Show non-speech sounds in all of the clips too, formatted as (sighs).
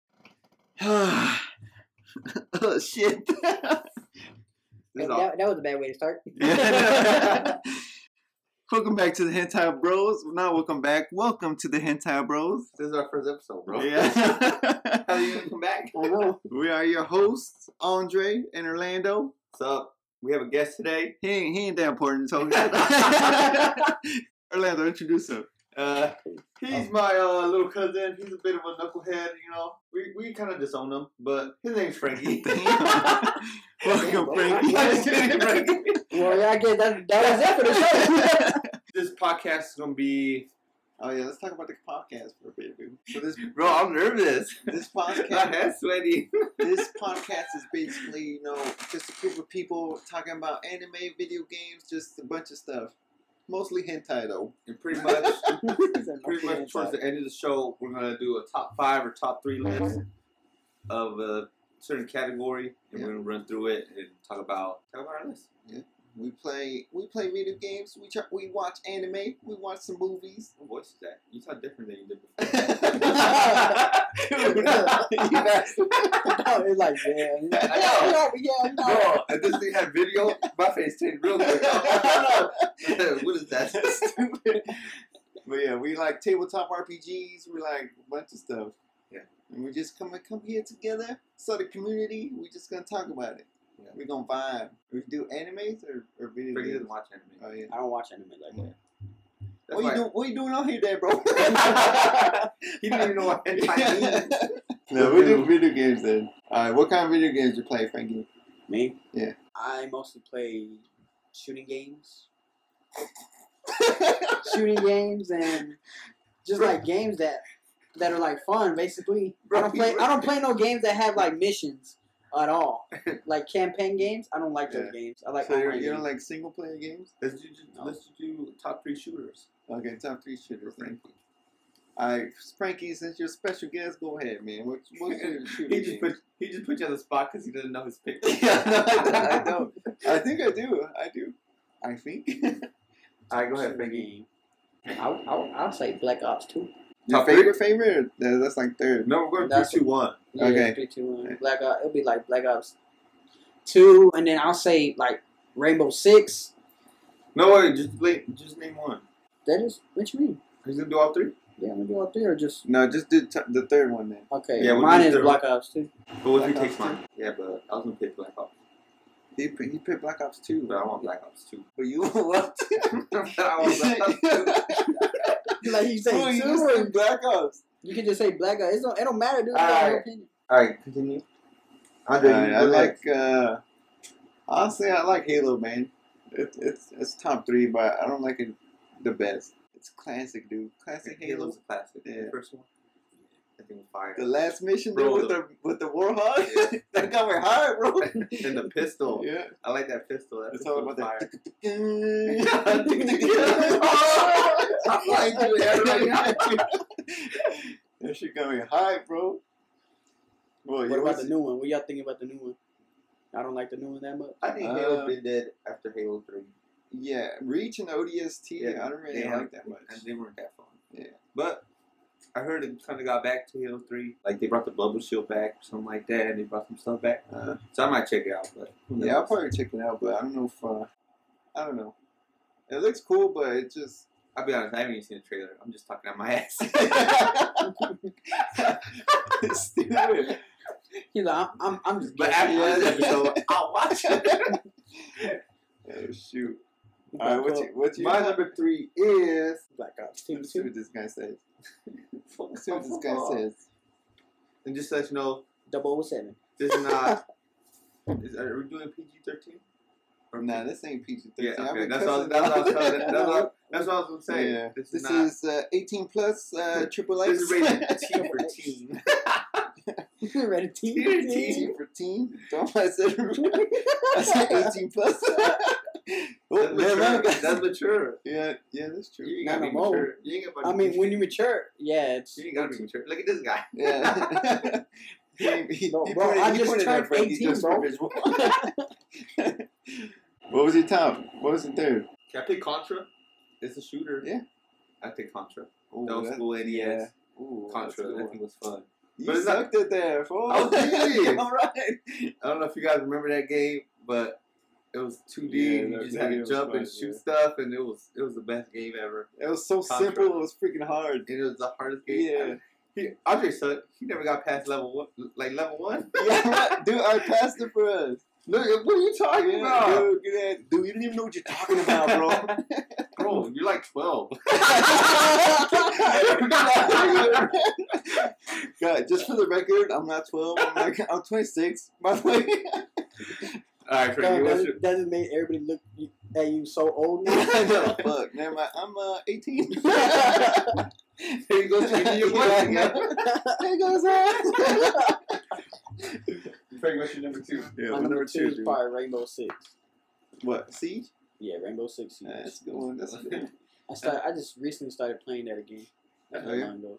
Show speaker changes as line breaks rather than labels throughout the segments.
(sighs) oh shit. This is
That, that was a bad way to (laughs) start.
(laughs) welcome back to the Hentai Bros. Not welcome back. Welcome to the Hentai Bros.
This is our first episode, bro.
Yeah.
(laughs) How you gonna come back?
I know.
we are your hosts, Andre and Orlando.
What's up? We have a guest today.
He ain't, he ain't that important,
(laughs)
so Orlando, introduce him.
Uh, he's my uh, little cousin. He's a bit of a knucklehead, you know. We we kind of disown him, but his name's Frankie. (laughs)
Damn. welcome, Frankie.
I'm just kidding, Frankie.
Well, yeah, I guess that, that was it (laughs) for the show.
this podcast is gonna be,
Oh yeah, let's talk about the podcast for a bit, dude. So this
bro. I'm nervous.
this
(laughs) My head's sweaty.
this podcast is basically, you know, just a group of people talking about anime, video games, just a bunch of stuff. Mostly hentai though.
And pretty (laughs) much, pretty
Pretty
much towards the end of the show, we're gonna do a top five or top three list of a certain category, and we're gonna run through it and talk about talk about our list.
We play we play video games, we try, we watch anime, we watch some movies. (laughs)
What voice is that? You sound different than (laughs) you did (laughs)
Dude,
before.
No, it's like, yeah, (laughs) yeah,
know.
yeah, no.
Bro, if this thing had video, my face changed real (laughs)
(laughs)
quick. what is that?
Stupid. But yeah, we like tabletop RPGs, we like a bunch of stuff.
Yeah.
And we just come come here together, so the community, we just gonna talk about it.
Yeah.
We're gonna vibe. We do animes or, or video
Freaking
games.
doesn't watch
Oh
anime.
yeah.
I don't watch anime like that.
What
That's
you,
why
do, what you doing out here, there, bro?
(laughs) he didn't even know what (laughs) hentai means.
no, we do video games then. All right, what kind of video games you play, Frankie?
Me?
Yeah.
I mostly play shooting games. (laughs) shooting games and just like games that that are like fun basically. I don't play I don't play no games that have like missions at all. (laughs) Like campaign games, I don't like
Yeah.
those games. I like
so you're,
online
you don't
games.
like single player games?
Let's do, just, let's do top three shooters
Okay, top three
for
shooters. then.
Frankie.
All right, Frankie, since you're a special guest, go ahead, man. What,
(laughs)
what's your shooting
He just
(laughs) game?
put he just put you on the spot because he doesn't know his (laughs) pick.
Yeah, no, I don't- I don't. I think I do. I do. I think.
(laughs)
(laughs)
All right, go ahead,
Shooting
Frankie.
game. I I I'll say Black Ops 2.
Your
Top
favorite, favorite? Yeah, that's like third.
No, we're going
That's-
three, two, one.
Yeah,
Okay.
three, two, one. Black Ops. It'll be like Black Ops two, and then I'll say like Rainbow Six.
No, wait, just play, just name one.
That is what you mean?
He's gonna do all three.
Yeah, we do all three or just
No, just do t- the third one then.
okay.
Yeah, we
mine
do
is
third.
Black Ops two.
But what if he
Black
takes
Ops
mine? Yeah, but I was gonna pick Black Ops,
He put, he put Black Ops 2.
but I want Black Ops (laughs) two.
But you (laughs) what?
I want Black Ops two.
(laughs)
(laughs)
Like you (laughs)
Who are
say,
you
two.
saying Black Ops?
You can just say Black Ops. It don't, it don't matter, dude.
All
It's your
right.
opinion.
All right, continue. Andre,
Alright,
you
I
go
like.
next.
Uh, honestly, I like Halo, man. It, it's it's top three, but I don't like it the best. It's classic, dude. Classic Halo.
Halo's a classic.
Yeah.
The first one, I think was fire.
The last mission there
Bro,
with the with the warhog, (laughs) that got me hard, bro.
(laughs) and the pistol.
yeah,
I like that pistol. That
it's all
pistol
about
was fire.
that.
(laughs) I'm like, dude, that right now.
That shit got me high, bro. Well,
What about the new one? What y'all thinking about the new one? I don't like the new one that much.
I think
Uh,
Halo's been dead after Halo three,
Yeah, Reach and ODST.
Yeah,
I don't really
they
like
have-
uh, that much.
and they weren't that fun.
Yeah.
but. I heard it kind of got back to Halo 3. Like, they brought the bubble shield back, something like that, and they brought some stuff back.
Uh,
So I might check it out, but who knows?
yeah, I'll probably check it out, but I don't know if uh, I don't know. It looks cool, but it just (laughs)
I'll be honest, I haven't even seen the trailer. I'm just talking out my ass.
it's stupid.
(laughs) He's like, I'm, I'm, I'm just.
but
guessing.
after this
(laughs)
episode, I'll
(laughs)
watch it.
Oh shoot!
Black
All right, what's
Ops-
your, what's your
My number three is
Black Ops two,
Let's see
two,
what this guy says. Let's see what this
(laughs)
guy
and
says.
just to let you know,
double oh seven.
this is not. is, are we doing PG thirteen?
Nah, this ain't PG
Yeah,
thirteen.
okay. That's all. That's all. I
(laughs)
was telling- That's all. That's all I was gonna say.
Yeah.
This,
This
is not.
is uh, 18 plus uh, triple
this
X.
is rated T for teen.
(laughs) Ready (laughs) team.
(laughs)
Ready team.
(laughs)
18 for teen. Don't (laughs) I said,
(laughs)
I said 18 plus.
That's
oh,
mature.
man,
That's mature.
(laughs) yeah, yeah, that's true.
(laughs) You ain't
Not
gotta be
no more.
mature. You ain't gotta
I
be
mean, when
mature.
you mature, yeah, it's.
you ain't gotta be mature. Look at this guy.
Yeah. (laughs) he, he,
Bro,
he
bro,
pointed,
I
he
just
pointed
turned
at Frankie
18,
just for
bro.
visual. what was your top? What was your third?
Can I play Contra? It's a shooter.
Yeah.
I play Contra.
Ooh,
that was
that-
cool. NES.
Ooh, that's
Contra.
a good
That
one.
thing was fun.
You
But it's not-
sucked it there, fool.
I
(laughs)
was kidding.
All right.
I don't know if you guys remember that game, but it was 2D.
Yeah,
and
that-
you just
that
had
game
to
was
jump
fun,
and shoot
yeah.
stuff, and it was it was the best game ever.
It was so
Contra.
simple. It was freaking hard.
And it was the hardest game.
Yeah.
ever. He, Andre sucked. He never got past level one, like level one.
(laughs) yeah, what? dude, I passed it for us. (laughs)
No, what are you talking
Yeah,
about,
dude, look at that. dude, you don't even know what you're talking about, (laughs) bro.
bro? You're like (laughs) twelve.
(laughs)
God, just for the record, I'm not 12. I'm, like, I'm 26, by the way. (laughs)
All right, Frankie. What's your
doesn't, doesn't make everybody look you- at you so old now.
(laughs) no, fuck, never mind. I'm uh, (laughs) 18.
There you go, Frankie. Your (laughs) voice again.
There goes
(laughs)
that.
Frankie, what's your number two?
Yeah, we're
My number,
number
two is
dude.
probably Rainbow Six.
What, Siege?
Yeah, Rainbow Six. Siege.
Nah, That's a good one. That's a good
(laughs)
one.
I start, I just recently started playing that again. Not
Oh, yeah?
long ago.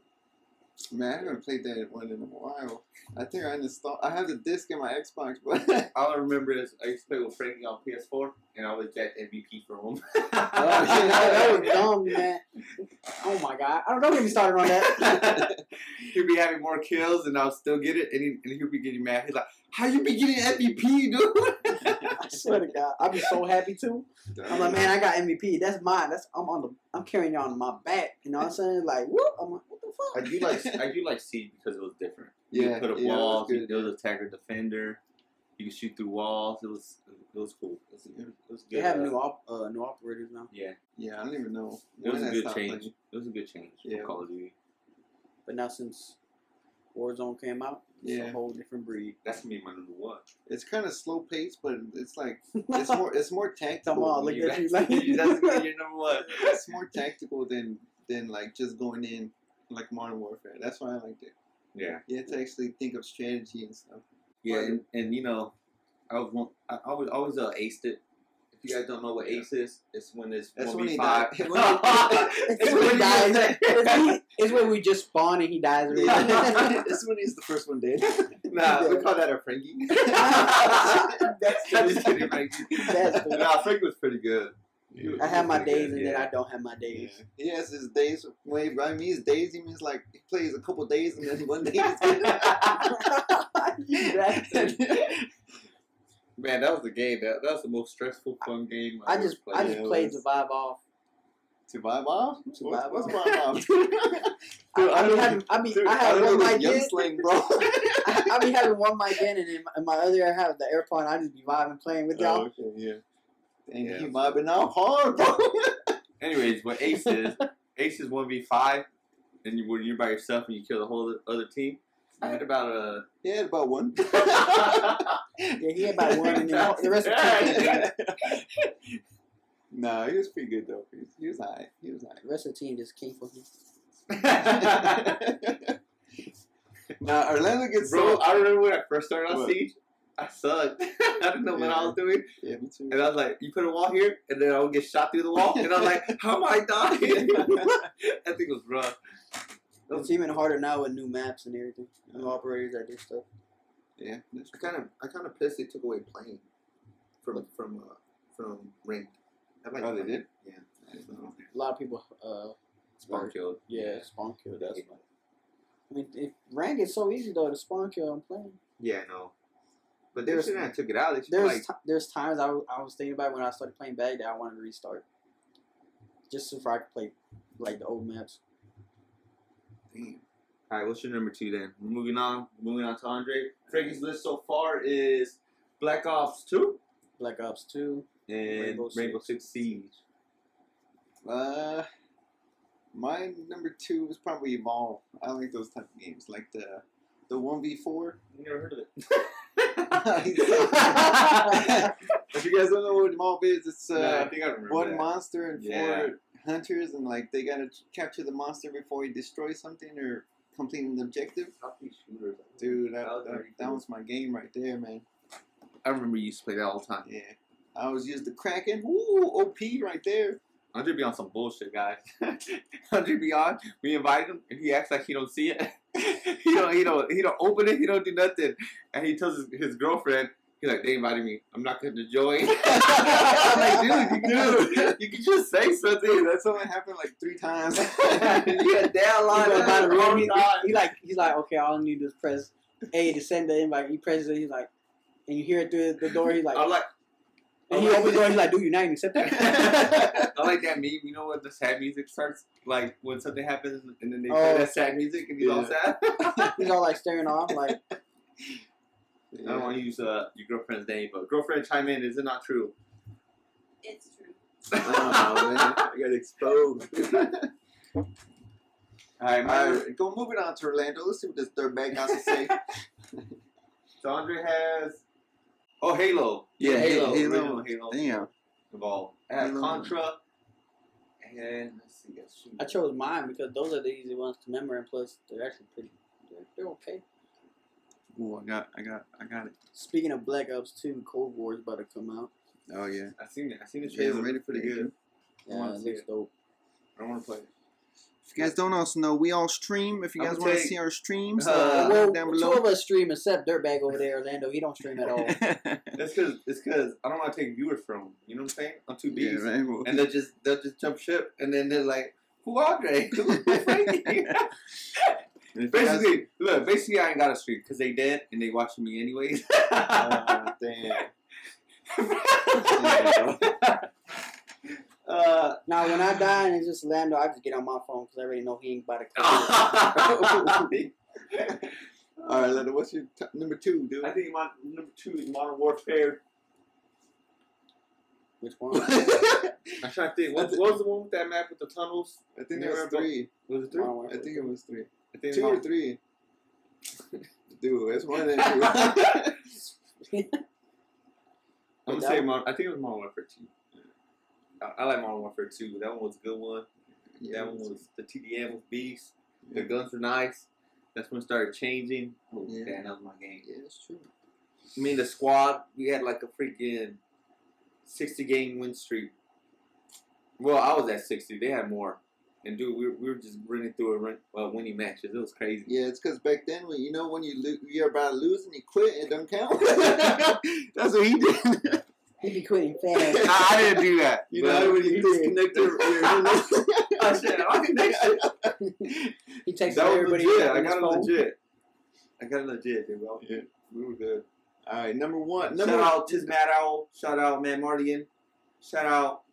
Man, I haven't played that one in a while. I think I installed. I have the disc in my Xbox, but (laughs)
All I remember is I used to play with Frankie on PS4, and I was jacked MVP from (laughs) him.
Oh, shit, that, that was dumb, man. (laughs) Oh my god, I don't know get me started on that. (laughs)
(laughs) he'd be having more kills, and I'll still get it, and, he, and he'd be getting mad. He's like, "How you be getting MVP, dude?"
I swear to God, I'd be so happy too. I'm like, man, I got MVP. That's mine. That's I'm on the. I'm carrying on my back. You know what I'm saying? Like, whoop. I'm like, what the fuck?
I do like I do like Siege because it was different. You
yeah,
could put up
yeah, that was
walls.
good.
You could was attacker defender. You could shoot through walls. It was it was cool. It was, it was good.
They have new op, uh, new operators now,
yeah,
Yeah, I don't even know.
it was
when
a
I
good
stopped
change.
playing.
It was a good change
Yeah.
from Call of Duty.
but now since Warzone came out, it's
Yeah.
a whole different breed.
That's gonna be my number one.
It's kind of slow paced, but it's like
(laughs)
it's (laughs) more it's more tactical.
Come
than
on, look
you-
at you like
(laughs) That's gonna be your number (laughs) one.
(laughs) it's more tactical than than like just going in like Modern Warfare. That's why I liked it.
Yeah,
You have to actually think of strategy and
(laughs)
stuff.
yeah, and, and you know, I was one, I always always uh, aced it. If you guys don't know what ace is, it's when it's
That's when
one v
he
five. (laughs)
died.
It's when he dies. It's, it's when we just spawn and
(laughs)
he dies. Really.
Yeah. this one is the first one dead.
Nah, we
Yeah.
call that a Frankie.
(laughs) That's
I'm
true.
just kidding,
(laughs)
Frankie.
That's true.
Nah, Frankie was pretty good. He was-
I
he
have
was
my
pretty
days
good,
and
yeah.
then I don't
(laughs)
have my
Yeah.
days.
He has his days. Wait, by means days, he means like he plays a couple days and then one day. He's
(laughs) Exactly.
Man, that was the game. That, that was the most stressful fun game
I just I just
Yeah, it
played to
was-
vibe off.
(laughs) to vibe off.
To
What's-
vibe
what's
off.
vibe off?
I,
Dude,
I,
I
be
don't-
having, I be
Dude, (laughs)
I
I
have
don't
one
know
mic
the young
in.
slang, (laughs) bro.
I, I be having one mic in, and in my, in my other ear I have the AirPod. And I just be vibing, playing with
Oh,
y'all.
okay, yeah. Dang,
Yeah.
he vibing out hard, bro.
(laughs) Anyways, what
(laughs)
Ace is, Ace is one v five, and you, when you're by yourself and you kill the whole other team. I had about a.
He had about (laughs) one.
(laughs) Yeah, he had about one, and then the rest were
(laughs)
team.
nah, he was pretty good though. He was, he was alright. He was
The rest of the team just came for him.
(laughs) Bro,
alright. (laughs) nah, Orlando gets so.
I remember when I first started on
What?
Siege, I sucked. (laughs) I didn't know what I was doing,
Yeah, me too.
and I was like, "You put a wall here," and then I would get shot through the wall, and I'm like, "How am I dying?" (laughs) that thing was rough. That
It's
was-
even harder now with new maps and everything. New operators that do stuff.
Yeah, that's
I kind of, I kind of pissed they took away playing from from uh, from ranked. I like
Oh, they
playing.
did?
Yeah.
I didn't know.
A lot of people, uh,
Spawn killed.
yeah, spawn kill. That's
Yeah.
why. I mean, if rank is so easy though to spawn kill and play.
Yeah, no. But they
There's-
shouldn't have took it out. They should
There's
like
ti- there's times I, w- I was thinking about when I started playing bad that I wanted to restart, just so far I could play like the old maps.
All right, what's your number two then? Moving on, moving on to Andre. Frankie's list so far is Black Ops Two
Black Ops Two.
and Rainbow,
Rainbow
Six Siege.
Uh, my number two is probably Evolve. I like those type of games, like the the one v four. (laughs)
You never heard of it? (laughs)
If you guys don't know what Evolve is, it's uh,
Nah, I think I remember
one
that.
monster and four
Yeah.
hunters, and like they gotta ch- capture the monster before he destroys something or complete an objective.
sloppy shooters.
Dude, that,
That was
that,
pretty
that
cool.
was my game right there, man.
I remember you used to play that all the time.
Yeah. I always used the Kraken. Woo, OP right there.
Andre be on some bullshit, guys. (laughs) Andre be on. We invite him, and he acts like he don't see (laughs) it. he don't. He don't. He don't open it. He don't do nothing. And he tells his, his girlfriend, He's like, they invited me. I'm not going to join. (laughs) I'm
Like,
like, dude, you can, just, (laughs) you can just say something. (laughs) That's
something happened like three
(laughs)
times. (laughs)
you got down
He's
line.
like, by the
down
room, he,
line.
he- he like he's like, okay, all I need is press A to send the invite. He presses it. He's like, and you hear it through the door. He's like,
I'm like,
and he
I'm
opens the door. He's like, dude, you're not even
(laughs)
accept that.
I like that meme. You know what the sad music starts like when something happens, and then they
Oh.
play that sad music, and he's all
Yeah.
sad.
he's all like staring off, like
I don't want to use uh, your girlfriend's name, but girlfriend, chime in. Is it not true?
It's true.
Oh, man.
Uh,
I
(laughs)
got exposed.
(laughs) All right,
All
my,
right, go moving on to Orlando. Let's see what this dirtbag has to say.
so Andre has. Oh, Halo.
(laughs) Yeah,
Halo.
Halo.
Original Halo
Damn.
involved. I have
Halo.
Contra, and let's see. let's see.
I chose mine because those are the easy ones to remember, and plus they're actually pretty. They're, they're okay.
Ooh, I got, I got, I got it.
Speaking of Black Ops Two, Cold War's about to come out.
Oh yeah.
I seen it. I seen the
Yeah,
trailer.
I'm ready for the
Pretty
game.
I
Yeah,
wanna
it
see
looks
it.
dope.
I don't want to play it.
If you guys don't also know, we all stream. If you
I'm
guys
gonna
want to
take-
see our streams,
Uh,
uh, (laughs)
well,
down
two
below.
of us stream except Dirtbag over there, Orlando. He don't stream
(laughs)
at
(laughs)
all.
That's because it's because I don't want to take viewers from 'em. You know what I'm saying? I'm too
yeah,
busy.
right. Well,
and they'll just they'll just jump ship, and then they're like, "Who Andre? (laughs) Who (laughs)
if you
Frankie?"
guys- (laughs)
basically, look, basically, I ain't got a streak because they dead and they watching me anyways. (laughs)
Ah, damn. (laughs)
uh, (laughs)
now, when I die and it's just Orlando, I just get on my phone because I already know he ain't about to
Ah.
come.
All right, Linda, what's your t- number two, dude?
I think my number two is Modern Warfare.
Which one?
I'm trying to think. What, what was the one with that map with the tunnels?
(laughs) I think
Yeah,
there was
right, bro.
three. Oh,
Was it three?
Modern
I
Warfare.
think it was three.
I think
Two or
Modern- (laughs)
three. Dude, it's one than two.
I'm gonna say Modern, I think it was Modern Warfare two. I, I like Modern Warfare two. That one was a good one.
Yeah,
that one was the TDM was beast. The
Yeah.
guns were nice. That's when it started changing. Oh,
Yeah.
damn, that was my game.
yeah, it's true.
I mean, the squad we had like a freaking sixty game win streak. Well, I was at sixty. They had more. And dude, we were, we were just running through a run, uh, winning matches. It was
(laughs)
crazy. (laughs)
Yeah, it's because back then, when you know when you lo- you're about to lose and you quit, it don't
(laughs)
count.
That's what he did.
he be
(laughs)
quitting fast.
I, I didn't do that.
you
but-
know when you
You
disconnect your,
(laughs)
your
Oh, shit, I did that shit.
He takes
That was
everybody.
legit.
out
I
on his
got it
phone.
legit. I got it legit, dude. Well,
Yeah.
We were good.
All right, number one.
Shout
Number
out Tiz Mad Owl. Shout out Matt Mardigan. Shout out.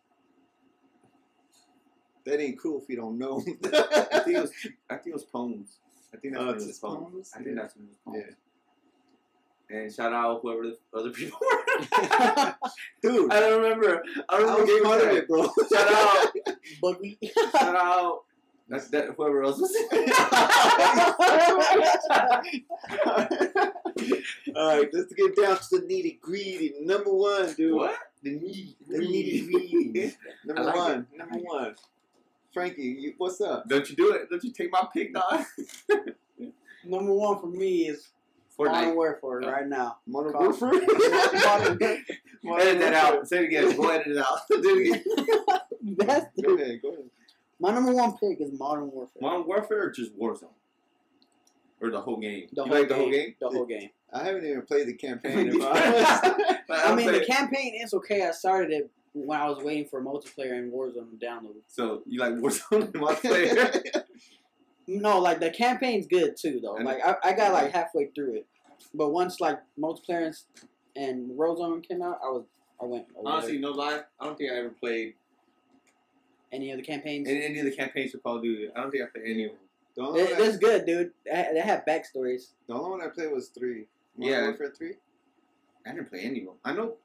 that ain't cool if you don't know. (laughs)
I think it was. I think it was poems. I think that's
Uh,
when it
Tiz
was poems.
Poems?
I think that's when it was
Yeah.
poems. And shout out whoever the other people were.
(laughs) Dude,
(laughs) I don't remember. I
I
don't remember.
was
game
part of
time.
it, bro.
Shout out. (laughs)
But we-
shout out. That's that. Whoever else was.
All right, let's get down to the nitty gritty. Number one, dude.
what? The need.
The nitty gritty. Number
(laughs) I like
one. Number one. Frankie, you, what's up?
Don't you do it? Don't you take my pick, dog?
number one for me is Modern
(laughs) Fortnite.
Warfare right now.
(laughs)
Modern
Call-
Warfare. (laughs)
Modern-
Edit that out. Say it again. Go edit it out. (laughs) do it again.
That's
Go ahead, go ahead.
my number one pick is Modern Warfare.
Modern Warfare or just Warzone? Or the whole game?
The
you
whole
like the whole
game.
game?
The whole game.
I haven't even played the campaign.
(laughs)
If (laughs) I
Like,
I
I'm
mean, the
saying-
campaign is okay. I started it when I was waiting for multiplayer and Warzone to download.
so you like Warzone and (laughs) multiplayer?
No, like the campaign's good too, though.
And- Mhm.
Like I, I got like halfway through it, but once like multiplayer and s- and Warzone came out, I was I went over
Honestly,
there.
no lie, I don't think I ever played
any of the campaigns.
any, any of the campaigns for Call of Duty. I don't think I played any of them.
the, only
It,
one I,
it's good, dude. They had- they have backstories.
the only one I played was three. Modern
Yeah.
Warfare three.
I didn't play any of them. I know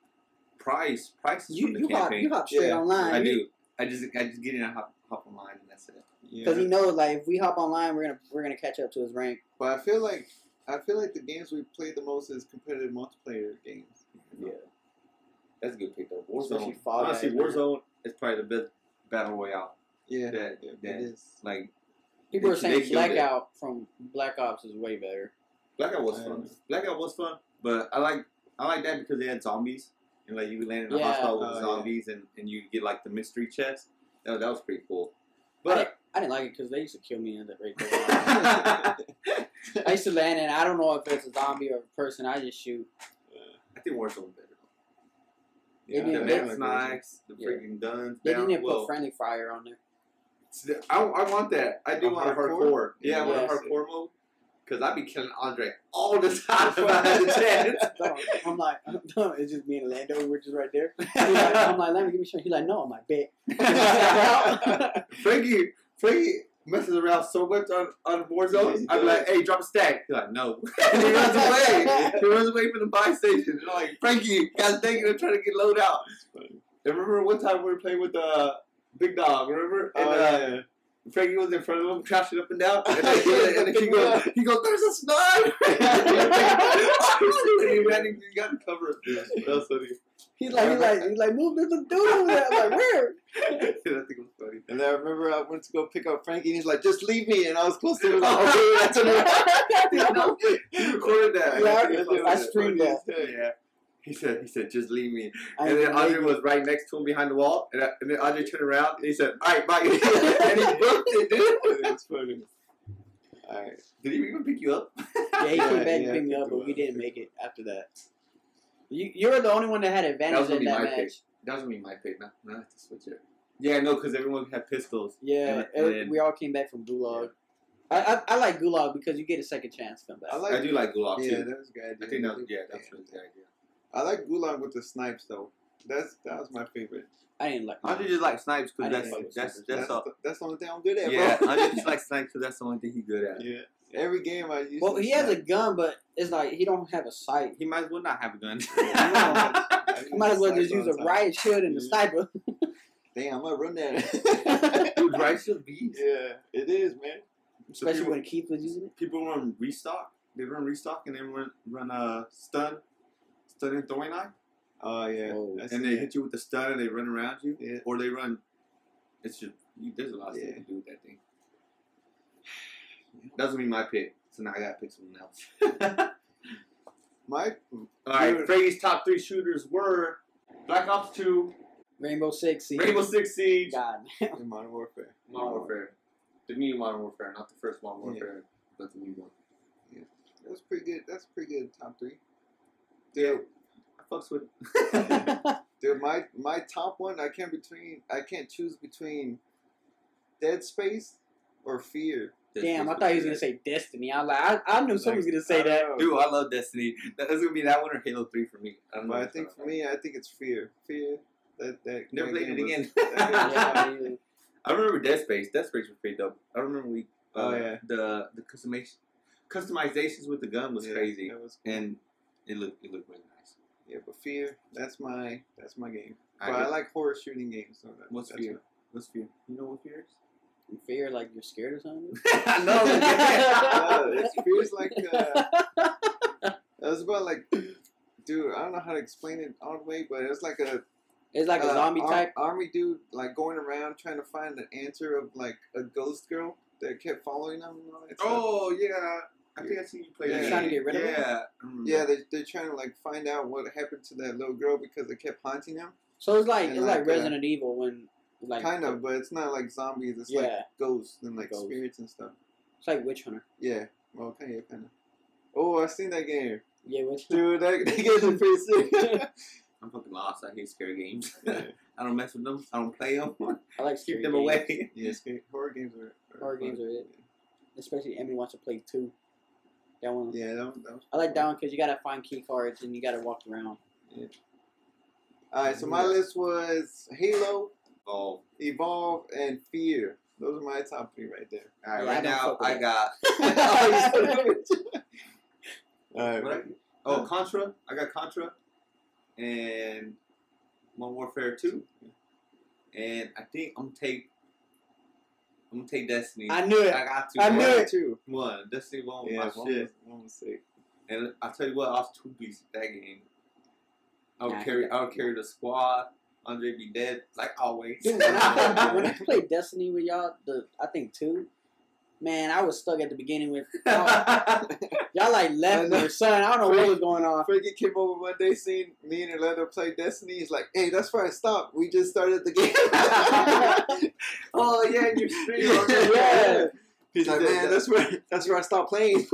Price. Price is
You
from the
you hop
campaign.
you hop straight
Yeah,
online.
I do. I just I just get in and hop hop online and that's it.
Because he knows, like, if we hop online, we're gonna we're gonna catch up to his rank.
But I feel like I feel like the games we played the most is competitive multiplayer games.
Yeah. That's a good pick though.
Especially
Warzone.
Fall
Honestly,
Guys, man.
Warzone is probably the best battle royale
Yeah,
that
it
that
is. (laughs)
like
People are
They- they
saying
killed it.
Blackout from Black Ops is way better.
Blackout was
I
fun.
understand.
Blackout was fun, but I like I like that because they had zombies and like you would land in a
Yeah.
hospital with
Oh, yeah.
zombies and, and you get like the mystery chest. That, that was pretty cool.
didn't-
But
I didn't like it because they used to kill me in the right
(laughs)
there.
I
I used to land and I don't know if it's a zombie or a person. I just shoot.
I think Warzone better.
They
the
didn't-
Max
they-
knives, the
Yeah.
freaking guns.
They
down-
didn't even
well,
put friendly fire on there.
I, I want that. I do
A
want a
hardcore?
hardcore. Yeah, I want
Yes.
a hardcore mode. Because I'd be killing Andre all the (laughs) time if I had the (laughs) chance.
Dog, I'm like, (laughs) dog, it's just me and Lando. We're just right there. (laughs) He's
Oh,
like- I'm like, let me give me some. He's like, no, I'm like, bet.
Frankie, Frankie messes around so much on, on Warzone. I'm like, hey, drop a stack. He's like, no. And (laughs) he runs away. (laughs) He runs away from the buy station. And I'm like, Frankie, gotta thank you for trying to get load out. And remember one time we were playing with uh, Big Dog, remember? And,
Oh,
uh, Frankie was in front of him, crashing up and (laughs) down. And then, and then he goes, he goes, there's a (laughs) snipe! and he ran and he got in cover. That was (laughs) funny.
He's like, he's like, he's like, move, there's a dude over there. I'm like, where?
I think it was funny.
And I remember I went to go pick up Frankie, and he's like, "Just leave me." And I was close to
(laughs)
him. Like, (laughs)
Oh, that's (laughs)
no.
He recorded that.
Yeah,
think it was
I
funny
streamed
as hell, Yeah. He said, he said, just leave me.
I
(laughs) and then
ain't
Andre
making-
was right next to him behind the wall. And, I, and then Andre turned around and he said, all right, bye. (laughs) and he booked (laughs) it, dude.
It's funny. All right.
Did he even pick you up?
Yeah,
(laughs)
he came
Yeah,
back and
yeah,
picked me
I
up,
think
but
it
we
was.
didn't make it after that. You, you're the only one that had advantage
That was gonna
in
be
that
my
match.
pick. That was gonna be my pick. Now I have to switch it. Yeah, no, because everyone had pistols.
Yeah,
And- and
it-
then-
we all came back from Gulag. I, I I like Gulag because you get a second chance to come back.
I like.
I do like Glock
yeah,
too.
that was a good.
I
Idea.
think that was, yeah, that's really good idea.
I like Gulag with the snipes though. That's that was my favorite.
I didn't like.
Andre just like snipes
I didn't
because that's,
like
that's that's
That's
all.
the, that's the only thing I'm good at,
Yeah,
bro.
Andre just like snipes because that's the only thing he's good (laughs) at.
yeah. (laughs) Every game I used.
Well,
to
he has a gun, but it's like he don't have a sight.
He might as well not have
(laughs)
a gun.
No.
snipe. I used
You might
to
as well
snipe
just use
all
a
the time.
riot shield and a
Yeah.
sniper.
Damn, I'm gonna run that.
(laughs)
(laughs)
Dude, right should be.
yeah, it is, man.
So
Especially
people,
when Keith was using it.
people run restock. They run restock and then run run uh, stun, stun and throwing knife,
Oh yeah.
Whoa.
That's-
and they hit you with the stun and they run around you,
Yeah.
or they run. It's just you, there's a lot of
Yeah.
stuff to do with that thing. (sighs) That's gonna be my pick. So now I gotta pick someone
(laughs)
else. (laughs)
My
All right,
Dude.
Freddy's top three shooters were Black Ops Two,
Rainbow Six Siege. Oh
Rainbow Six Siege,
God,
in Modern Warfare.
Modern Warfare. The new Modern Warfare, not the first Modern Warfare, but the new one.
That was pretty good. That's pretty good top three.
Dude, I fucks with. (laughs)
Dude, my my top one, I can't between I can't choose between Dead Space or Fear.
(laughs) damn! I thought he was gonna say Destiny. I like. I, I knew someone was gonna say that.
I don't know.
Dude, I love Destiny. That- That's gonna be that one or Halo Three for me. I don't know.
But I think for me, I think it's Fear. Fear. That that
never
(laughs) that
played it
game was-
again. (laughs)
Yeah.
I remember Dead Space. Dead Space was pretty dope. I remember we. Uh,
Oh, yeah.
The the customization, customizations with the gun was
Yeah,
crazy,
that was-
and it looked it looked really nice.
yeah, but Fear. That's my that's my game.
I
But I,
did-
like horror shooting games. So that,
What's
that's
Fear?
my-
What's fear? You know what fear is? (laughs)
Fear like you're scared or something.
Uh, it's Fear's like uh,
(laughs)
it was about like, dude. I don't know how to explain it all the way, but it was like a
It's like a
uh,
zombie
ar-
type.
army dude like going around trying to find the answer of like a ghost girl that kept following them and all that stuff.
Oh yeah, I think I seen you play
Yeah. Mm.
that.
Trying
to get rid of
yeah.
it?
Yeah, they they're trying to like find out what happened to that little girl because it kept haunting them.
So it's like
and
it's like,
like, uh,
Resident Evil when like
kind of, but it's not like zombies. It's
yeah,
like ghosts and like
Ghosts.
spirits and stuff.
it's like Witch Hunter.
Yeah. Well, kind of, kind of. Oh, I've seen that
(laughs)
game,
Yeah, Witch Hunter.
dude. That, that game's pretty sick. (laughs)
I'm fucking lost. I hate scary games. (laughs)
Yeah.
I don't mess with them. (laughs) I don't play them.
I like
Keep
scary
them
games. (laughs)
away.
yeah, scary, horror games are. are
Horror games
fun.
are it. Especially Emmy wants to play two. That one.
Yeah, that, one- that was.
I like that one because you gotta find key cards and you gotta walk around.
All right, so my list was Halo,
Oh,
Evolve, and Fear. Those are my top three right there.
all right.
Yeah, I
(laughs)
right
don't
now
fuck with
I
it.
got.
All
What I,
right.
oh, Contra. I got Contra, and Modern Warfare Two, and I think I'm gonna take. I'm gonna take Destiny.
I knew it.
I got to.
I
man.
knew it.
Too.
One Destiny One was
Yeah,
my
one
shit.
was, one was sick. (laughs)
And I tell you what, I was two beast at that game. I would
Nah, I
carry,
think
I would carry the squad. Andre be dead like always.
Dude, when I, played,
(laughs)
when I played Destiny with y'all, the I think two, man, I was stuck at the beginning with y'all, y'all like
I
left
know.
me or son. I don't know what was going on.
Freaking came over one day, seen me and Orlando play Destiny. He's like, "Hey, that's where I stopped. We (laughs) just started the game." (laughs)
oh yeah, you're
Yeah.
Yeah,
He's
Like,
like,
man,
man, that's where that's where I stopped playing.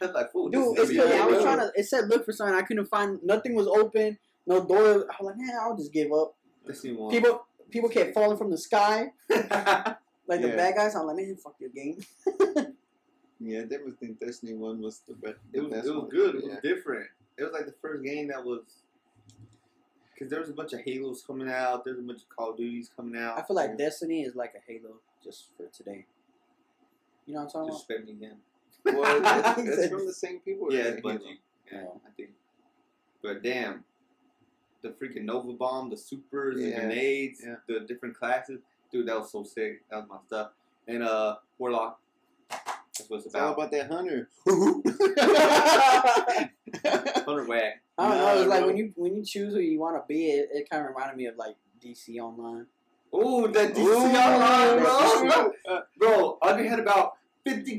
That's like, fool,
Dude, it's
this is
because I was
yeah.
trying to. It said look for something. I couldn't find. Nothing was open. No door. I was like, man, I'll just give up.
This new
(laughs)
one.
People, people kept falling from the sky, like the
Yeah.
bad guys. I'm like, man, fuck your game.
yeah, they would think Destiny One was the best.
It was,
best
it was
one.
good. It was
Yeah.
different. It was like the first game that was. Because there was a bunch of Halos coming out. There's a bunch of Call of Duties coming out.
I feel like Destiny is like a Halo just for today. You know what I'm talking
Just spending again.
(laughs) Well, (laughs) that's,
He
that's
said-
from the same people.
Yeah,
that
it's
made
Bungie.
Halo.
Yeah,
Yeah.
I think. But damn, the freaking Nova Bomb, the supers,
Yeah.
the grenades,
Yeah.
the different classes. Dude, that was so sick. That was my stuff. And uh, Warlock. That's what it's
It's all
about.
about that hunter. (laughs)
about?
Hunter Whack.
I don't
Nah,
know. It's like
bro.
when you when you choose who you want to be, it, it kind of reminded me of like DC Online.
Ooh, that DC
Ooh, (laughs)
Online, bro.
that's true.
(laughs) bro, Audrey had about 50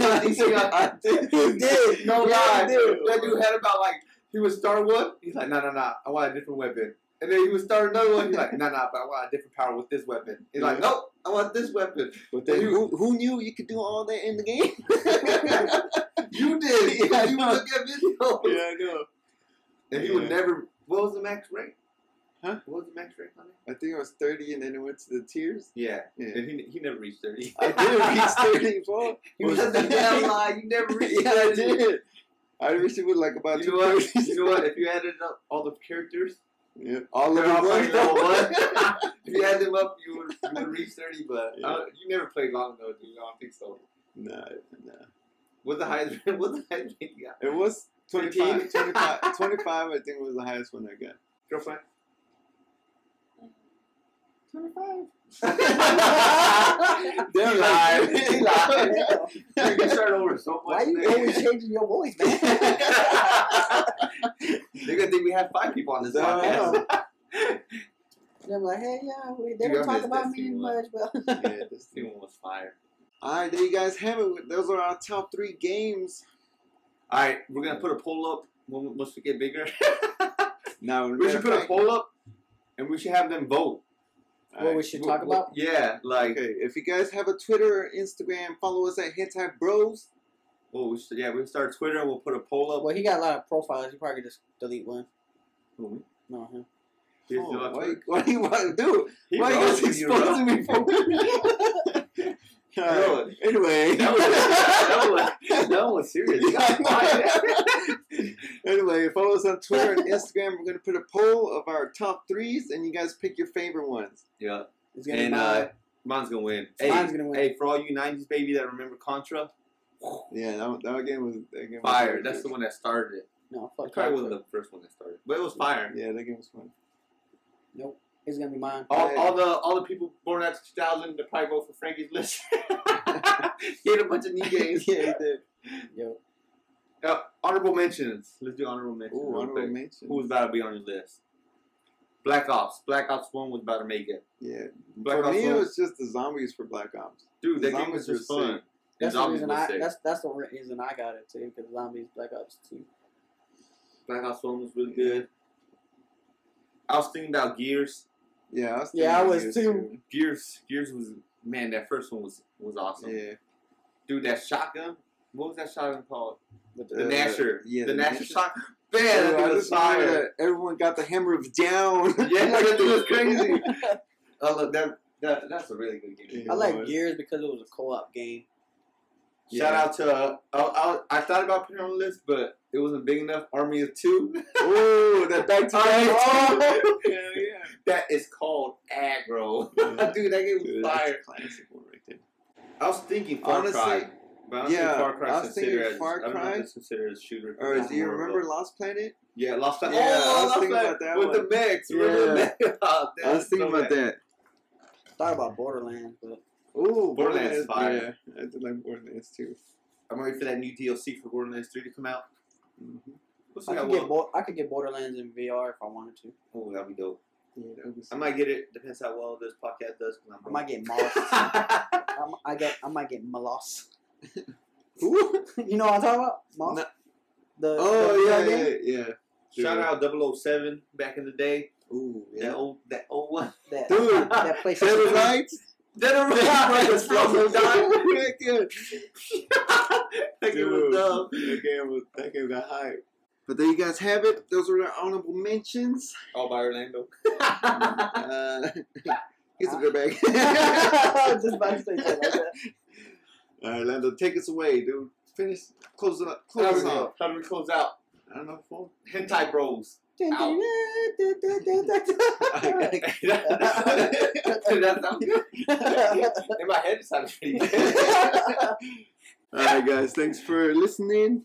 (laughs)
on DC (laughs) Online.
he did.
No
Yeah,
lie.
he did.
That dude had about like he would start one, he's like, nah nah nah, I want a different weapon. And then he would start another one, he's like, nah nah, but I want a different power with this weapon. He's like, Nope, I want this (laughs) weapon.
But then, who, who knew you could do all that in the (laughs) game?
You did.
(laughs) Yeah, I
you
know.
look at videos.
I know.
And he would
Yeah.
never what was the max rank?
Huh?
What was the max rank on it?
I think I was 30 and then it went to the tiers.
Yeah.
Yeah.
And he, he never reached thirty.
(laughs) I (laughs) did
(laughs)
reach 30, bro. (laughs)
You
was-
said (laughs) the damn lie, you never reached
yeah, I
thirty.
did. I reached it with like about
You know
two
what?
thirties.
You know what? If you added up all the characters,
(laughs) Yeah. All
They're all
(laughs)
playing level
one.
one. (laughs) if you had them up, you would, you would reach 30, but I
Yeah.
don't- you never played long though, dude. I don't think so.
Nah, nah.
What's the highest (laughs) What's the highest rank you got?
It was 25,
15?
25, 25, I think was the highest one I got.
Girlfriend? (laughs)
They're
lied.
lying.
(laughs) He lied.
Yeah.
You can
(laughs)
start over so
Why
much.
you
man. (laughs)
always (laughs) changing your voice, man?
They're going to think we have five people on this
No.
podcast.
Damn. And I'm like, hey, yeah, we, they
Dude,
don't
I
talk
miss
about
Destiny
me much,
one.
but (laughs)
yeah,
This thing was fire.
All right, there you guys have it. Those are our top three games.
All right, we're going to put a poll up when, once we get bigger. (laughs)
Now
we should put a poll up and we should have them vote.
what we should
What-
talk
what-
about.
Yeah, like,
Okay, if you guys have a Twitter or Instagram, follow us at Hentai Bros.
oh, we should, yeah, we'll start Twitter and we'll put a poll up.
Well, he got a lot of profiles. You probably could just delete one.
Who, me?
No, him.
Here's
Oh,
the
why,
Twitter.
why, why, dude?
He
Why you
wrote
guys
it, you wrote
(laughs) exposing me for? (laughs) All right, Anyway,
That was, that was, that was (laughs) serious.
(laughs)
You got fired.
anyway, follow us on Twitter and Instagram. We're gonna put a poll of our top threes, and you guys pick your favorite ones.
yeah,
It's gonna
and
be
uh,
mine.
mine's gonna win.
Mine's
Hey,
gonna win.
hey, for all you '90s baby that remember Contra,
Yeah, that, one- that game was that game was
fire.
really
That's the
good.
one that started it.
no,
It
fuck
probably
that.
wasn't the first one that started, but it was fire.
Yeah, that game was fun. (laughs)
It's gonna be mine.
All, all the all the people born after 2000 they probably vote for Frankie's list. (laughs) he had a bunch of new games.
(laughs) yeah, it did.
Yo,
Uh, honorable mentions. Let's do honorable mentions.
Ooh,
real
honorable
quick.
mention.
Who was about to be on your list? Black Ops. Black Ops One was about to make it.
yeah,
Black
for
Ops
me
1
it was just the zombies for Black Ops.
Dude,
The
that game
zombies
was just
were sick.
fun.
that's the
zombies
reason
were
I.
sick.
That's that's the reason I got it too because zombies, Black Ops too.
Black Ops One was really good. I was thinking about Gears.
Yeah, I was
Yeah, I
thinking
was
Gears
too.
Gears, Gears was man. That first one was was awesome.
Yeah,
Dude, that shotgun. What was that shotgun called?
But
The
Uh,
Nasher.
yeah,
the,
the
Nasher
Nasher.
shotgun. Man, that
Dude, I
dude was
just remember
fire.
that everyone got the hammer of down. (laughs)
Yeah, that dude was crazy. Oh, look, that, that that's a really good game.
Yeah.
I like
was.
Gears because it was a co-op game.
Shout out to uh, I, I, I thought about putting it on the list, but it wasn't big enough. Army of Two.
Ooh,
(laughs)
Oh! that back to back.
Army of Two.
Yeah, yeah.
that is called aggro.
Yeah.
(laughs) dude, that game was
Dude, that's
fire.
a classic one right there.
I was thinking Far
Honestly,
Cry. But I don't
yeah,
think Far Cry
I was
considered
thinking
as,
Far
I don't know if
Cry.
it's considered as shooter.
Or
It's
do you
more of a-
remember Lost Planet?
Yeah, Lost Planet.
Yeah,
oh,
I was
Lost
thinking
Planet
about that
with
one.
the mechs. Remember
Yeah.
the mechs? (laughs) Oh,
I was thinking about that.
Thought about Borderlands, but
Ooh,
Borderlands fire.
Yeah, I did like Borderlands too.
I'm waiting for that new DLC for Borderlands 3 to come out.
Mm-hmm.
What's
I
that
could
one?
get Bo- I could get Borderlands in VR if I wanted to.
oh, that'd be dope.
Yeah, that was-
I might get it. Depends how well this podcast does. 'cause I'm
I might get Moss.
(laughs)
I'm, I got I might get Moss.
Ooh.
(laughs) you know what I'm talking about? Moss.
No.
The,
Oh
the
yeah,
video game?
yeah, yeah.
Shout out 007 back in the day.
Ooh, yeah. (laughs)
That old that old one. (laughs)
That,
Dude.
that PlayStation.
Dead or (laughs)
three.
Lights?
Dead or (laughs) alive, just frozen die.
that (laughs) game
Like
(laughs)
it was dumb.
was that game got hype. But there you guys have it. Those were our honorable (laughs) mentions.
All Oh, by
(laughs)
Orlando.
Uh, (laughs) it's a good bag.
(laughs)
(laughs)
I was just about to say something like that.
All right, Lando, take us away, dude. Finish, close it up, close
How do
us
we-
off.
How do we close out?
I don't know. fool.
Hentai (laughs) bros.
(laughs) (laughs) I
that sounds good. In my head, it sounded pretty (laughs) good.
All right, guys. Thanks for listening.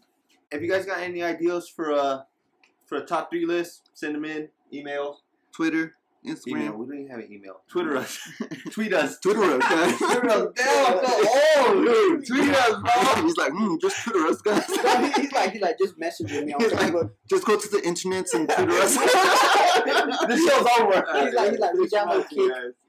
If you guys got any ideas for uh for a top three list, send them in. Email,
Twitter, Instagram,
Email. We don't even have an email.
Twitter (laughs) us, tweet us.
Twitter us, guys.
Twitter us. Damn, I feel old, dude. Tweet
(laughs)
us, bro.
He's like, hmm, just Twitter us, guys.
he's like, he's like, just messaging me on
He's like-
Facebook.
just go to the internet and Twitter us.
(laughs) this show's over.
He's like, he's like, reach out on
Thank
Kick.
you, guys.